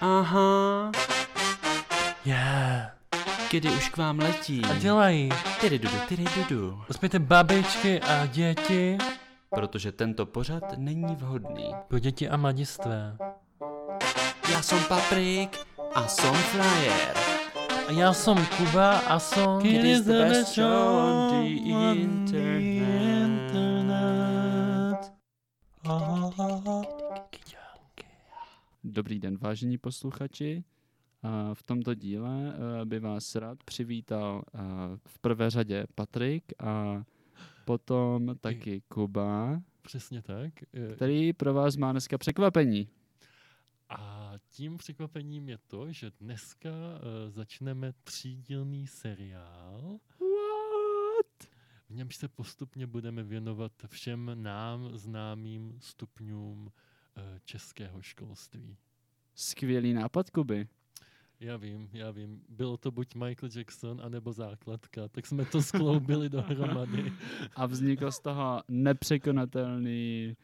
Aha, Yeah. kdy už k vám letí. A dělají. Tyry dudu, tyry dudu. Uspějte babičky a děti. Protože tento pořad není vhodný. Pro děti a mladistvé. Já jsem Paprik a jsem Flyer. A já jsem Kuba a jsem... It is the best show on the internet. Dobrý den, vážení posluchači. A V tomto díle eh, by vás rád přivítal eh, v prvé řadě Patrik a potom taky Kuba, Přesně tak. Eh, který pro vás má dneska překvapení. A tím překvapením je to, že dneska eh, začneme třídílný seriál, v němž se postupně budeme věnovat všem nám známým stupňům eh, českého školství. Skvělý nápad, Kuby. Já vím, já vím. Bylo to buď Michael Jackson, anebo základka, tak jsme to skloubili dohromady. A vznikl z toho nepřekonatelný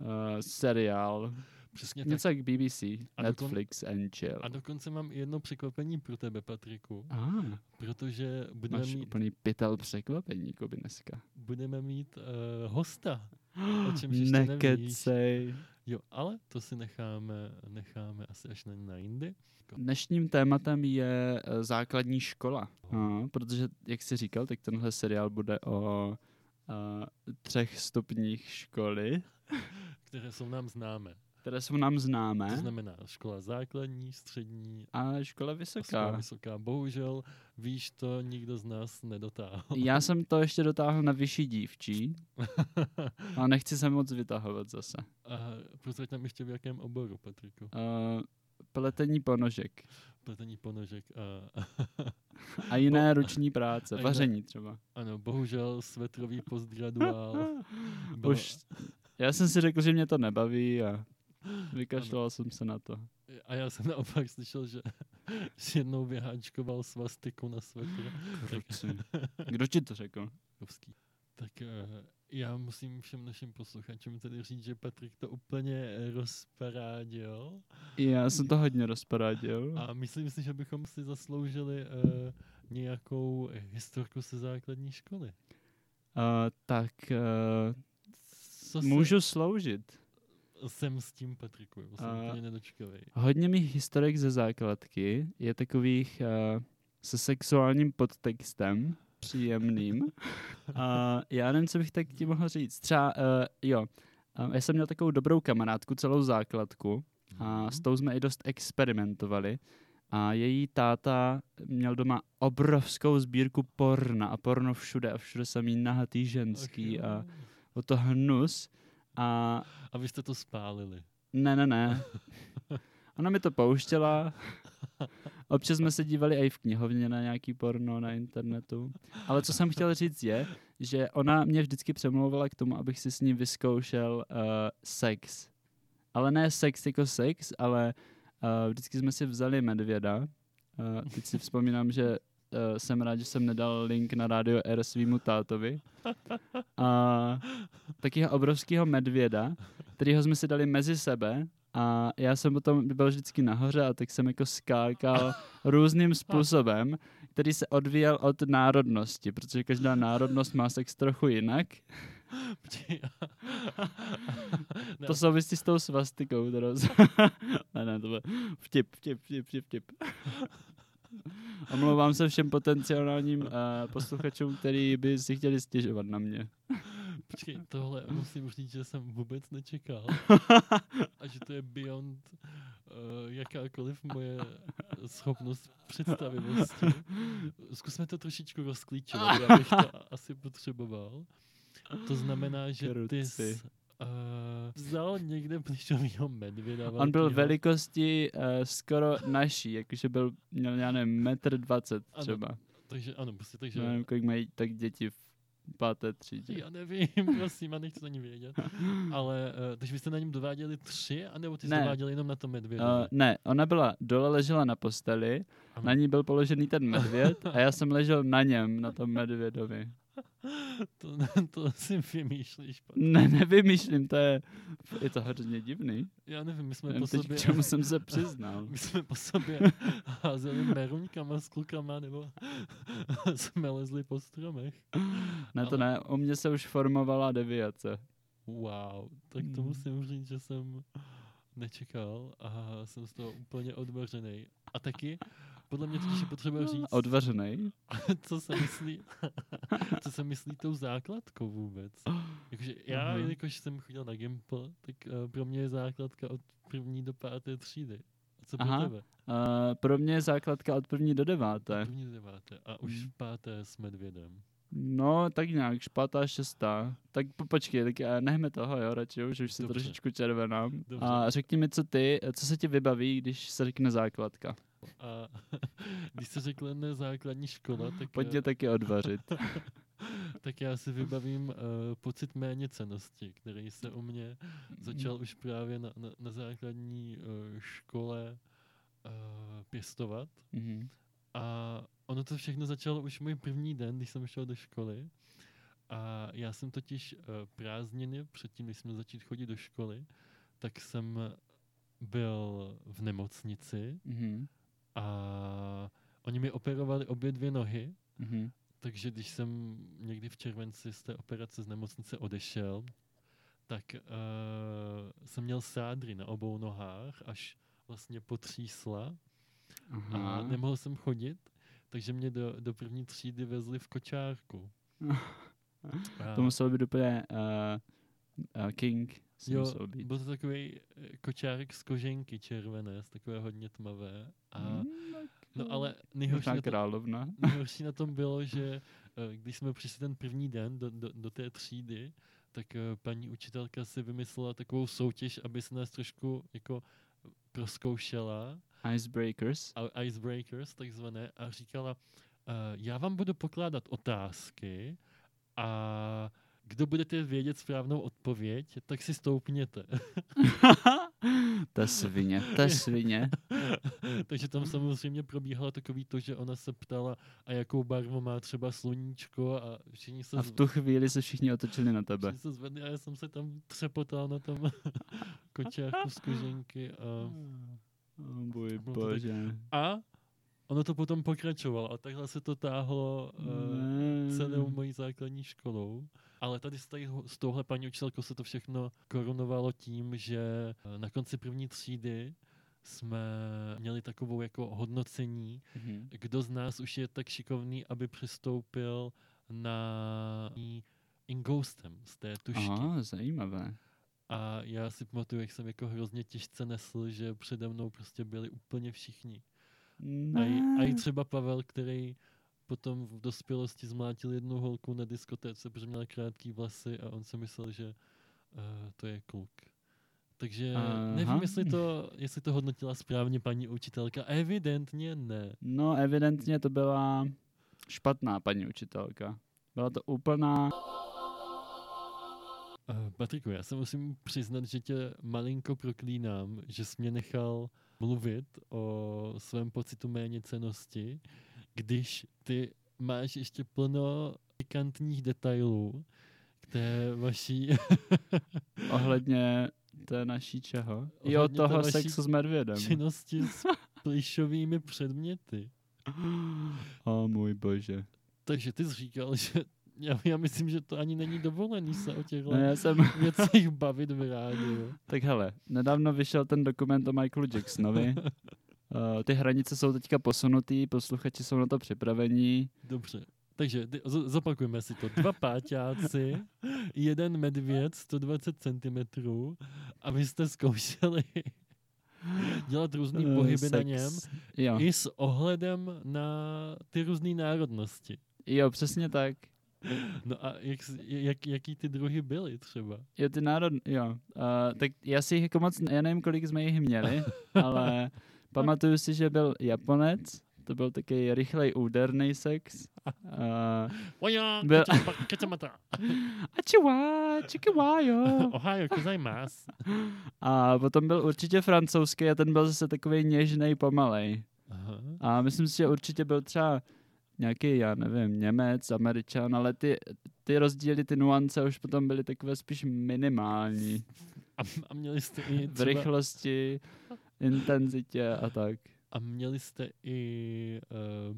eh, seriál. Přesně tak. Něco jak BBC, A dokon- Netflix and Chill. A dokonce mám i jedno překvapení pro tebe, Patriku, Ah, protože budeme máš mít, úplný pytel překvapení, Kuby, dneska. budeme mít uh, hosta. O čemž ještě nevíš. Nekecej. Jo, ale to si necháme, necháme asi až na, na jindy. Dnešním tématem je eh, základní škola, no, protože, jak jsi říkal, tak tenhle seriál bude o eh, třech stupních školy, které jsou nám známé. které jsou nám To známé, znamená škola základní, střední a škola a škola vysoká. vysoká. Bohužel, víš, to nikdo z nás nedotáhl. Já jsem to ještě dotáhl na vyšší dívčí, ale nechci se moc vytahovat zase. A prozrať nám ještě v jakém oboru, Patriku. Uh, pletení ponožek Pletení ponožek. A, a jiné No. ruční práce, a jiné- vaření třeba. ano, bohužel svetrový postgraduál. bylo- Už, já jsem si řekl, že mě to nebaví a vykašlal jsem se na to. A já jsem naopak slyšel, že si jednou vyháčkoval svastiku na svetr. Kruci. Kdo ti to řekl? Kovský. Tak eh, já musím všem našim posluchačům tedy říct, že Patrik to úplně eh, rozparádil Já jsem to hodně rozparádil. a myslím si, že bychom si zasloužili eh, nějakou historku ze základní školy. Uh, tak uh, Co můžu sloužit. Se, jsem s tím Patriku, jo, jsem A- úplně nedočkavý. Hodně mých historek ze základky je takových uh, se sexuálním podtextem příjemným. A já nevím, co bych tak ti mohl říct. Třeba, uh, jo, uh, já jsem měl takovou dobrou kamarádku celou základku a s tou jsme i dost experimentovali. A její táta měl doma obrovskou sbírku porna a porno všude a všude samý nahatý ženský a o to hnus. A a vy jste to spálili. ne, ne, ne. Ona mi to pouštěla. Občas jsme se dívali i v knihovně na nějaký porno na internetu. Ale co jsem chtěl říct je, že ona mě vždycky přemlouvala k tomu, abych si s ní vyzkoušel uh, sex. Ale ne sex jako sex, ale uh, vždycky jsme si vzali medvěda. Uh, teď si vzpomínám, že uh, jsem rád, že jsem nedal link na Radio R svýmu tátovi. A takového obrovského medvěda, kterýho jsme si dali mezi sebe a já jsem potom byl vždycky nahoře a tak jsem jako skákal různým způsobem, který se odvíjel od národnosti, protože každá národnost má sex trochu jinak. Počkej, a- ne, To souvisí s tou svastikou, kterou jsem... ne, ne, to byl vtip, vtip, vtip, vtip, vtip. Omlouvám se všem potenciálním uh, posluchačům, který by si chtěli stěžovat na mě. Počkej, tohle musím říct, že jsem vůbec nečekal. A že to je beyond uh, jakákoliv moje schopnost představivosti. Zkusme to trošičku rozklíčovat, já bych to a- asi potřeboval. To znamená, že ty jsi Kruci. uh, vzal někde plišovýho medvěda. On byl velkýho. velikosti uh, skoro naší, jakože byl, měl, já nevím, metr dvacet Ano, třeba. Takže ano, prostě takže... Já nevím, kolik mají tak děti v páté třídě. Já nevím, prosím, a nechci to ani vědět. Ale, uh, takže vy jste na něm dováděli tři, anebo ty jsi Ne. dováděli jenom na tom medvědu? Uh, ne, ona byla dole, ležela na posteli, Ano. na ní byl položený ten medvěd a já jsem ležel na něm, na tom medvědovi. To, to si vymýšlíš špatně. Ne, nevymýšlím, to je, je to hrozně divný. Já nevím, my jsme Nevím po teď, No sobě... k čemu jsem se přiznal. My jsme po sobě házeli meruňkama s klukama, nebo jsme lezli po stromech. Ne, to ne, o mě se už formovala deviace. Wow, tak to Mm. musím říct, že jsem nečekal a jsem z toho úplně odvařený. A taky, podle mě totiž je potřeba říct, No, Odvařenej? co se myslí, co se myslí tou základkou vůbec. Jakože já, Aha. jelikož jsem chodil na Gimple, tak eh, pro mě je základka od první do páté třídy. A co pro Aha. tebe? Uh, pro mě je základka od první do deváté. První do deváté a už v páté s medvědem. No, tak nějak, špatá šestá. Tak po- počkej, tak eh, nechme toho, jo, radši už, už se Dobře. trošičku červenám. Dobře. A řekni mi, co ty, eh, co se ti vybaví, když se řekne základka. A když se řekne základní škola, tak, Pojď mě eh, taky odvařit. tak já si vybavím uh, pocit méněcenosti, který se u mě začal už právě na, na, na základní eh, škole uh, pěstovat. Mhm. A ono to všechno začalo už můj první den, když jsem šel do školy. A já jsem totiž eh, prázdniny, předtím, než jsme začít chodit do školy, tak jsem byl v nemocnici Mhm. a oni mi operovali obě dvě nohy, Mhm. takže když jsem někdy v červenci z té operace z nemocnice odešel, tak uh, jsem měl sádry na obou nohách, až vlastně potřísla a Aha. nemohl jsem chodit, takže mě do, do první třídy vezli v kočárku. A, To muselo být úplně uh, uh, King. Si jo, musel být. byl to takový eh, kočárek z koženky červené, z takové hodně tmavé. A, Mm, tak, no eh, ale nejhorší Možná na, tom, královna. nejhorší na tom bylo, že eh, když jsme přišli ten první den do, do, do té třídy, tak eh, paní učitelka si vymyslela takovou soutěž, aby se nás trošku jako proskoušela. Icebreakers. a- icebreakers takzvané a říkala, "Eh, já vám budu pokládat otázky a kdo budete vědět správnou odpověď, tak si stoupněte. to je svině, to je svině. Takže tam samozřejmě probíhalo takový to, že ona se ptala, a jakou barvu má třeba sluníčko a všichni se, A v tu chvíli se všichni otočili na zve- tebe. všichni se zvedli a já jsem se tam třepotal na tom kočárku z koženky a, Oh, boj, Bylo to tak- bože. a ono to potom pokračovalo a takhle se to táhlo eh, Mm. celou mojí základní školou. Ale tady s, tady, s touhle paní učitelkou se to všechno korunovalo tím, že eh, na konci první třídy jsme měli takovou jako hodnocení, Mhm. kdo z nás už je tak šikovný, aby přistoupil na ní ingoustem z té tušky. Aha. Aha, zajímavé. A já si pamatuju, jak jsem jako hrozně těžce nesl, že přede mnou prostě byli úplně všichni. A i, a Ah. i třeba Pavel, který potom v dospělosti zmlátil jednu holku na diskotéce, protože měla krátký vlasy a on si myslel, že uh, to je kluk. Takže Aha. Aha. nevím, jestli to, jestli to hodnotila správně paní učitelka. Evidentně ne. No, evidentně to byla špatná paní učitelka. Byla to úplná... Uh, Patriku, já se musím přiznat, že tě malinko proklínám, že jsi mě nechal mluvit o svém pocitu méněcenosti, když ty máš ještě plno pikantních detailů k té vaší Ohledně té naší čeho? Jo, Ohledně té toho vaší sexu s medvědem. činnosti s plišovými předměty. O můj bože. Takže ty jsi říkal, že já, já myslím, že to ani není dovolený se o těchto Ne, já jsem... věcech bavit v rádiu. Tak hele, nedávno vyšel ten dokument o Michaelu Jacksonovi. Eh, Ty hranice jsou teďka posunutý, posluchači jsou na to připravení. Dobře. Takže ty- z- zopakujeme si to. Dva páťáci, jeden medvěd 120 cm a vy jste zkoušeli dělat různé Eh, pohyby na sex. No. něm Jo. i s ohledem na ty různé národnosti. jo, přesně tak. No a jak, s- jak, jaký ty druhy byly třeba? Jo, ty národ, jo. Uh, tak já si jich jako moc, já nevím, kolik jsme jich měli, ale pamatuju si, že byl Japonec, to byl taky rychlej úderný sex. Uh, Oja, Byl- kača- kačamata. ačiwa, čikiwa, jo. Ohio, kuzajmas. A potom byl určitě francouzský a ten byl zase takový něžnej, pomalej. Aha. A myslím si, že určitě byl třeba nějaký, já nevím, Němec, Američan, ale ty, ty rozdíly, ty nuance už potom byly takové spíš minimální. A, a měli jste i V třeba, rychlosti, intenzitě a tak. a měli jste i uh,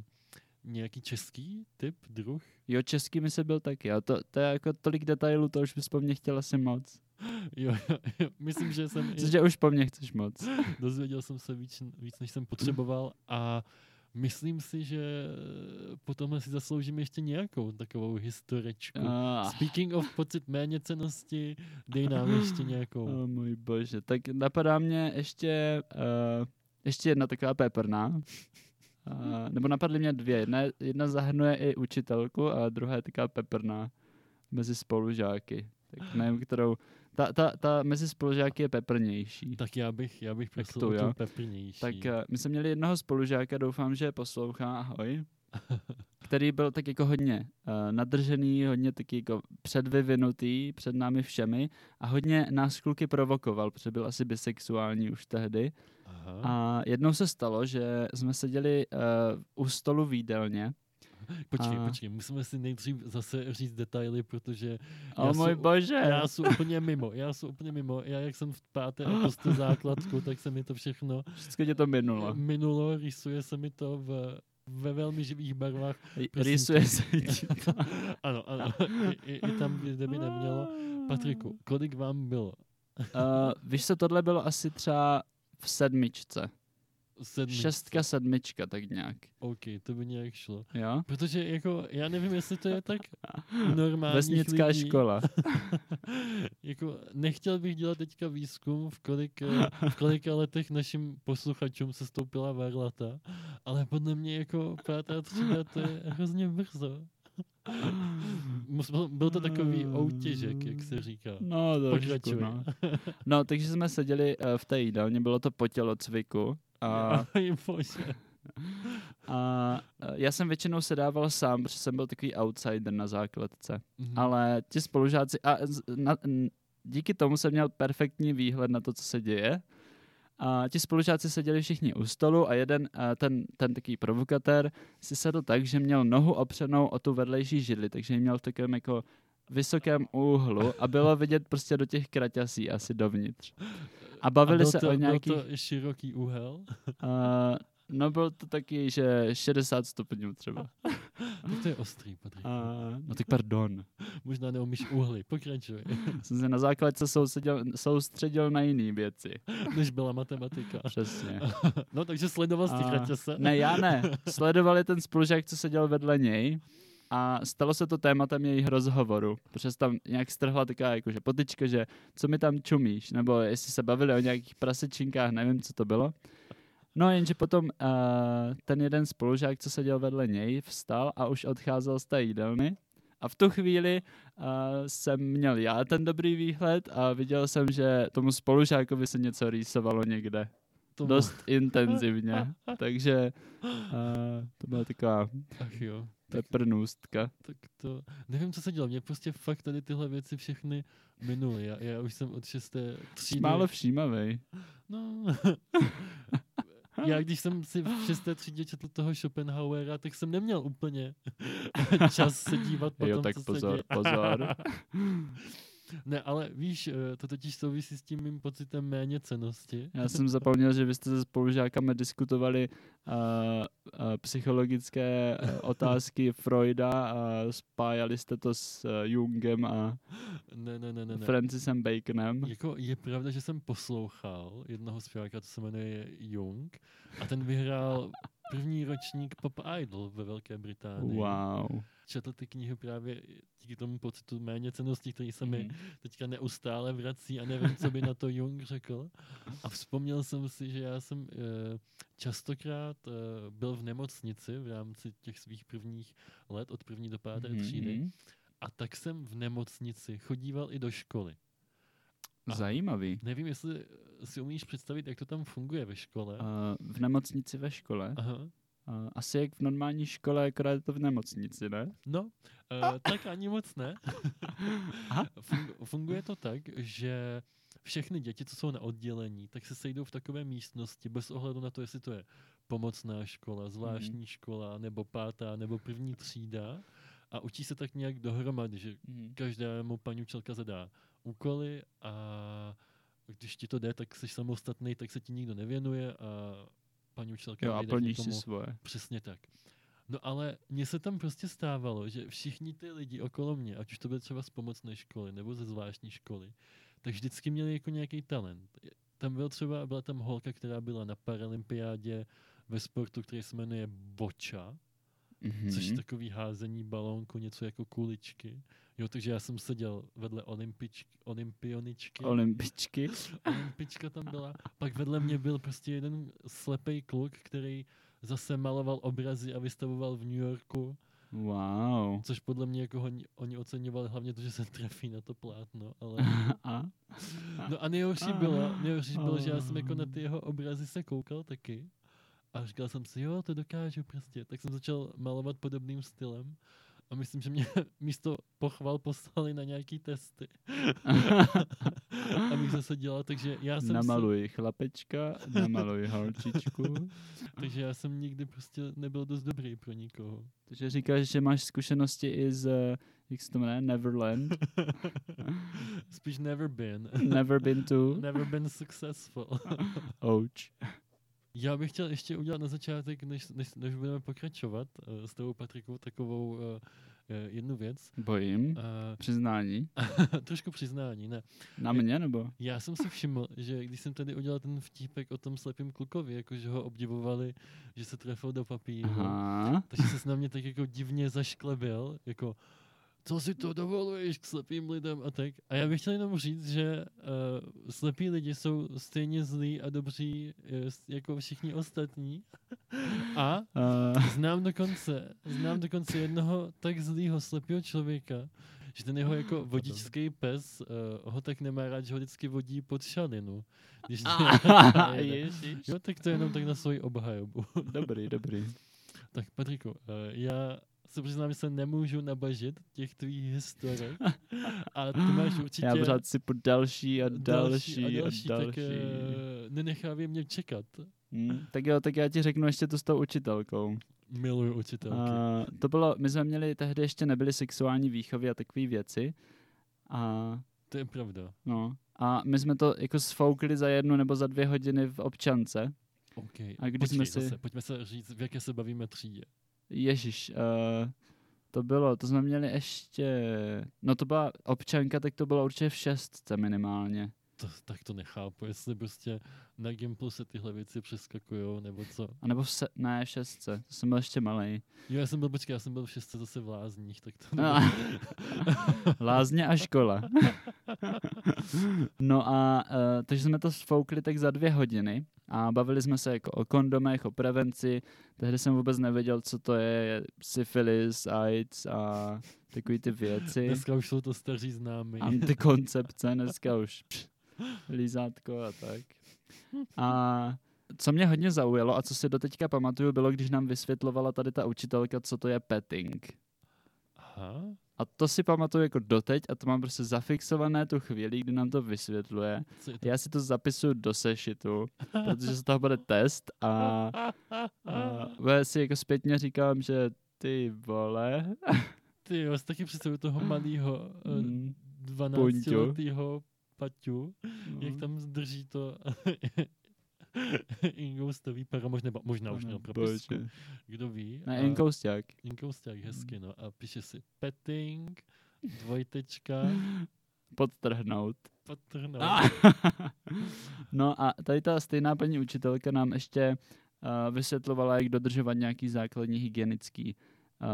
nějaký český typ, druh? Jo, český mi se byl taky, a to, to je jako tolik detailů, to už bys po mně chtěla si moc. Jo, jo, jo, myslím, že jsem i Cože už po mně chceš moc. dozvěděl jsem se víc, víc, než jsem potřeboval a myslím si, že potom si zasloužím ještě nějakou takovou historičku. Ah. Speaking of pocit méněcenosti, dej nám ještě nějakou. O můj bože, tak napadá mě ještě, uh, ještě jedna taková peprná. Uh, nebo napadly mě dvě. Jedna, jedna zahrnuje i učitelku a druhá je taková peprná mezi spolužáky. Tak nevím, kterou. Ta, ta, ta mezi spolužáky je peprnější. Tak já bych, já bych prosil to o jo. tu peprnější. Tak eh, my jsme měli jednoho spolužáka, doufám, že poslouchá, ahoj, který byl tak jako hodně eh, nadržený, hodně taky jako předvyvinutý před námi všemi a hodně nás kluky provokoval, protože byl asi bisexuální už tehdy. Aha. A jednou se stalo, že jsme seděli eh, u stolu v jídelně. Počkej, a- počkej, musíme si nejdřív zase říct detaily, protože O Já můj jsem- bože! já jsem úplně mimo, já jsem úplně mimo. Já jak jsem v páté a prostě základku, tak se mi to všechno Všechno tě to minulo. minulo, rysuje se mi to v, ve velmi živých barvách. prosím Rýsuje tě. se ti. ano, ano, I, i, i tam, kde by nemělo. Patriku, kolik vám bylo? Eh, víš co, tohle bylo asi třeba v sedmičce. Sedmi. Šestka, sedmička, tak nějak. OK, to by nějak šlo. Jo? Protože jako, já nevím, jestli to je tak normální. Vesnická lidí. škola. Jako, nechtěl bych dělat teďka výzkum, v, kolik, eh, v kolika letech našim posluchačům se stoupila varlata, ale podle mě jako pátá třída to je hrozně brzo. Mus- byl- Byl to takový Hmm. outěžek, jak se říká. No, trošku, Pokračuj. no. no, takže jsme seděli eh, v té jídelně, bylo to po tělocviku. A, Aj bože. a eh, já jsem většinou sedával sám, protože jsem byl takový outsider na základce. Mhm. Ale ti spolužáci, a z- na, n- díky tomu jsem měl perfektní výhled na to, co se děje. A ti spolužáci seděli všichni u stolu a jeden, eh, ten, ten takový provokatér, si sedl tak, že měl nohu opřenou o tu vedlejší židli, takže ji měl v takovém jako vysokém úhlu a bylo vidět prostě do těch kraťasí asi dovnitř. A bavili A byl se to, o byl nějakých... to široký úhel. eh, no byl to taky, že 60 stupňů třeba. Tak to je ostrý, Patrik. Uh, no tak pardon. Možná neumíš úhly. Pokračuj. Jsem se na základce soustředil, soustředil na jiné věci. Než byla matematika. Přesně. No takže sledoval z těch A- kraťase. Ne, já ne. Sledovali ten spolužák, co seděl vedle něj a stalo se to tématem jejich rozhovoru, protože se tam nějak strhla taková jakože potyčka, že co mi tam čumíš, nebo jestli se bavili o nějakých prasečinkách, nevím, co to bylo. No jenže potom uh, ten jeden spolužák, co seděl vedle něj, vstal a už odcházel z té jídelny a v tu chvíli uh, jsem měl já ten dobrý výhled a viděl jsem, že tomu spolužákovi se něco rýsovalo někde To bylo- dost intenzivně. Takže uh, to byla taková Ach jo. Tak, peprnůstka. tak to, nevím, co se dělo. Mě prostě fakt tady tyhle věci všechny minuly. Já, já už jsem od šesté Jsi třídy. málo všímavej. No. Já když jsem si v šesté třídě četl toho Schopenhauera, tak jsem neměl úplně čas se dívat po Jo, tom, tak co pozor, se děje. pozor. ne, ale víš, eh, to totiž souvisí s tím mým pocitem méně cenosti. Já jsem zapomněl, že vy jste se spolužákama diskutovali uh, uh, psychologické eh, otázky Freuda a spájali jste to s uh, Jungem a Ne, ne, ne, ne. ne. Francisem Baconem. Jako je pravda, že jsem poslouchal jednoho zpěváka, co se jmenuje Jung, a ten vyhrál první ročník Pop Idol ve Velké Británii. Wow. Četl ty knihy právě díky tomu pocitu méně ceností, který se Mhm. mi teďka neustále vrací a nevím, co by na to Jung řekl. A vzpomněl jsem si, že já jsem eh, častokrát eh, byl v nemocnici v rámci těch svých prvních let od první do páté Mhm. třídy a tak jsem v nemocnici chodíval i do školy. Mhm. Zajímavý. Nevím, jestli si umíš představit, jak to tam funguje ve škole. Uh, v nemocnici ve škole? Aha. Uh, asi jak v normální škole, akorát je to v nemocnici, ne? No, eh, tak ani moc ne. Aha. Fungu- Funguje to tak, že všechny děti, co jsou na oddělení, tak se sejdou v takové místnosti, bez ohledu na to, jestli to je pomocná škola, zvláštní Mhm. škola, nebo pátá, nebo první třída. A učí se tak nějak dohromady, že Mhm. každému paní učitelka zadá úkoly a když ti to jde, tak jsi samostatný, tak se ti nikdo nevěnuje a paní učitelka Jo, a najde plníš si někomu- svoje. Přesně tak. No ale mně se tam prostě stávalo, že všichni ty lidi okolo mě, ať už to byly třeba z pomocné školy nebo ze zvláštní školy, tak vždycky měli jako nějaký talent. Je- Tam byl třeba, byla tam holka, která byla na paralympiádě ve sportu, který se jmenuje boča, Mhm. což je takový házení balónku, něco jako kuličky. Jo, takže já jsem seděl vedle olympič, olympioničky. Olympičky. Olympička tam byla. Pak vedle mě byl prostě jeden slepý kluk, který zase maloval obrazy a vystavoval v New Yorku, Wow. což podle mě jako oni, oni oceňovali hlavně to, že se trefí na to plátno, ale... A? No a nejhorší bylo, nejhorší bylo, že já jsem jako na ty jeho obrazy se koukal taky a říkal jsem si, jo, to dokážu prostě. Tak jsem začal malovat podobným stylem a myslím, že mě místo pochval poslali na nějaký testy, abych zase dělal, takže já jsem si- Namaluj chlapečka, namaluj holčičku. Takže já jsem nikdy prostě nebyl dost dobrý pro nikoho. Takže říkáš, že máš zkušenosti i z, eh, jak se to jmenuje, Neverland. Spíš never been. Never been to. never been successful. Ouch. já bych chtěl ještě udělat na začátek, než, než, než budeme pokračovat eh, s tou Patrikou, takovou eh, eh, jednu věc. Bojím. Eh, Přiznání. trošku přiznání, ne. Na mě nebo? Já jsem si všiml, že když jsem tady udělal ten vtípek o tom slepém klukovi, jako že ho obdivovali, že se trefil do papíru, Aha. Takže se na mě tak jako divně zašklebil, jako co si to dovoluješ k slepým lidem a tak. A já bych chtěl jenom říct, že uh, slepí lidi jsou stejně zlí a dobří eh, s- jako všichni ostatní. A Uh, znám dokonce, znám dokonce jednoho tak zlýho slepého člověka, že ten jeho jako vodičský pes uh, ho tak nemá rád, že ho vždycky vodí pod šalinu. Když jede. ježiš. Jo, tak to je jenom tak na svoji obhajobu. Dobrý, dobrý. Tak Patriku, eh, já se přiznám, že se nemůžu nabažit těch tvých historek. A ty máš určitě Já pořád sypu další a další a další. Tak eh, nenechávě mě čekat. Hm, tak jo, tak já ti řeknu ještě to s tou učitelkou. Miluju učitelky. A... A to bylo, my jsme měli, tehdy ještě nebyly sexuální výchovy a takové věci. A, To je pravda. no, a my jsme to jako sfoukli za jednu nebo za dvě hodiny v občance. Okay. A když Počkej, jsme si- zase, pojďme se říct, v jaké se bavíme třídě. Ježíš, uh, to bylo, to jsme měli ještě, no to byla občanka, tak to bylo určitě v šestce minimálně. To, tak to nechápu, jestli prostě na Gimplu se tyhle věci přeskakujou, nebo co. A nebo v se, ne, v šestce, to jsem byl ještě malý. Jo, já jsem byl, počkej, já jsem byl v šestce zase v Lázních, tak to No. Lázně a škola. no a uh, takže jsme to sfoukli tak za dvě hodiny a bavili jsme se jako o kondomech, o prevenci. Tehdy jsem vůbec nevěděl, co to je syfilis, AIDS a takové ty věci. Dneska už jsou to staří známí. Antikoncepce dneska už. pš, Lízátko a tak. A co mě hodně zaujalo a co si doteďka pamatuju, bylo, když nám vysvětlovala tady ta učitelka, co to je petting. Aha. A to si pamatuju jako doteď a to mám prostě zafixované tu chvíli, kdy nám to vysvětluje. Co je to? Já si to zapisuju do sešitu, protože z toho bude test a, a bude si jako zpětně říkám, že ty vole, Ty jo, já si taky představuju toho eh, malého mm, 12 letého Paťu, jak no, tam zdrží to Ingoustový pero, možná, možná už měl propisku, bože. kdo ví. Ne, Mm. a- inkousták. Inkousták, hezky, no. A píše si petting, dvojtečka, Podtrhnout. patrno. Ah, No a tady ta stejná paní učitelka nám ještě uh, vysvětlovala, jak dodržovat nějaký základní hygienický uh,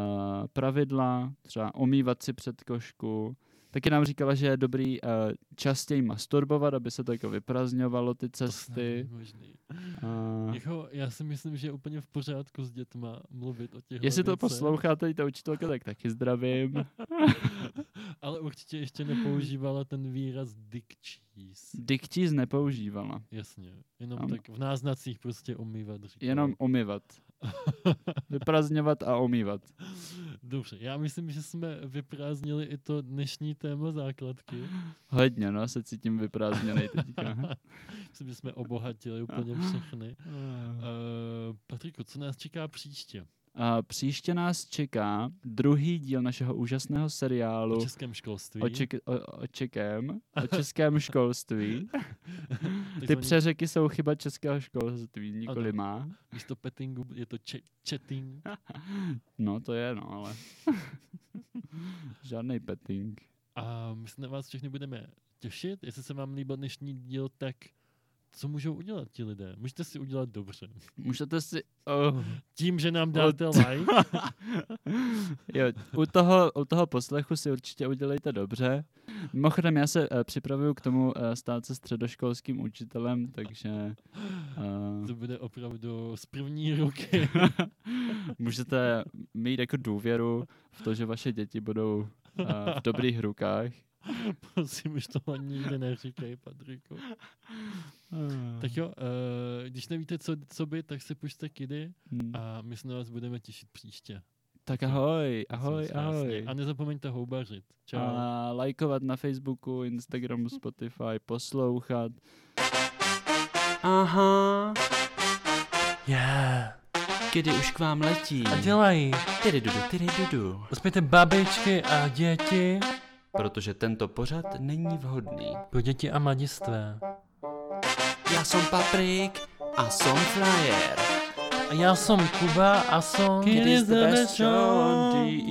pravidla, třeba omývat si před košku. Taky nám říkala, že je dobrý uh, častěji masturbovat, aby se to jako vyprazňovalo ty cesty. Možný. Uh, Jako, já si myslím, že je úplně v pořádku s dětma mluvit o těch jestli to posloucháte i ta učitelka, tak taky zdravím. Ale určitě ještě nepoužívala ten výraz dick cheese. Dick cheese nepoužívala, Jasně, jenom Ano. tak v náznacích prostě omývat. Říkám. jenom omyvat. Vyprazňovat a omývat. Dobře, já myslím, že jsme vyprázdnili i to dnešní téma základky. Hodně, no, se cítím vyprázdněnej teďka. myslím, že jsme obohatili úplně všechny. Uh, Patriku, co nás čeká příště? A příště nás čeká druhý díl našeho úžasného seriálu V českém školství. o, ček, o, o čekem, o českém školství. Ty takzvaný- přeřeky jsou chyba českého školství, nikoli Ano. má. Místo pettingu je to če- chatting. No to je, no, ale žádný petting. A my se na vás všechny budeme těšit. Jestli se vám líbil dnešní díl, tak co můžou udělat ti lidé? Můžete si udělat dobře. Můžete si... Oh. Tím, že nám dáte like, Jo, u toho, u toho poslechu si určitě udělejte dobře. Mimochodem, já se uh, připravuju k tomu uh, stát se středoškolským učitelem, takže uh, to bude opravdu z první ruky. můžete mít jako důvěru v to, že vaše děti budou uh, v dobrých rukách. Prosím, už tohle nikdy neříkej, Patriku. Tak jo, eh, když nevíte, co, co by, tak se pušte kidy Hmm. a my se na vás budeme těšit příště. Tak ahoj, ahoj, Myslím si, ahoj. jasně. vlastně A nezapomeňte houbařit. Čau. A lajkovat na Facebooku, Instagramu, Spotify, poslouchat. Aha, Yeah. kdy už k vám letí. A dělají. Tyry dudu, tyry dudu. Uspějte babičky a děti Protože tento pořad není vhodný. pro děti a mladistvé. Já jsem Paprik a jsem Flyer. A já jsem Kuba a jsem... Kid is the best John D.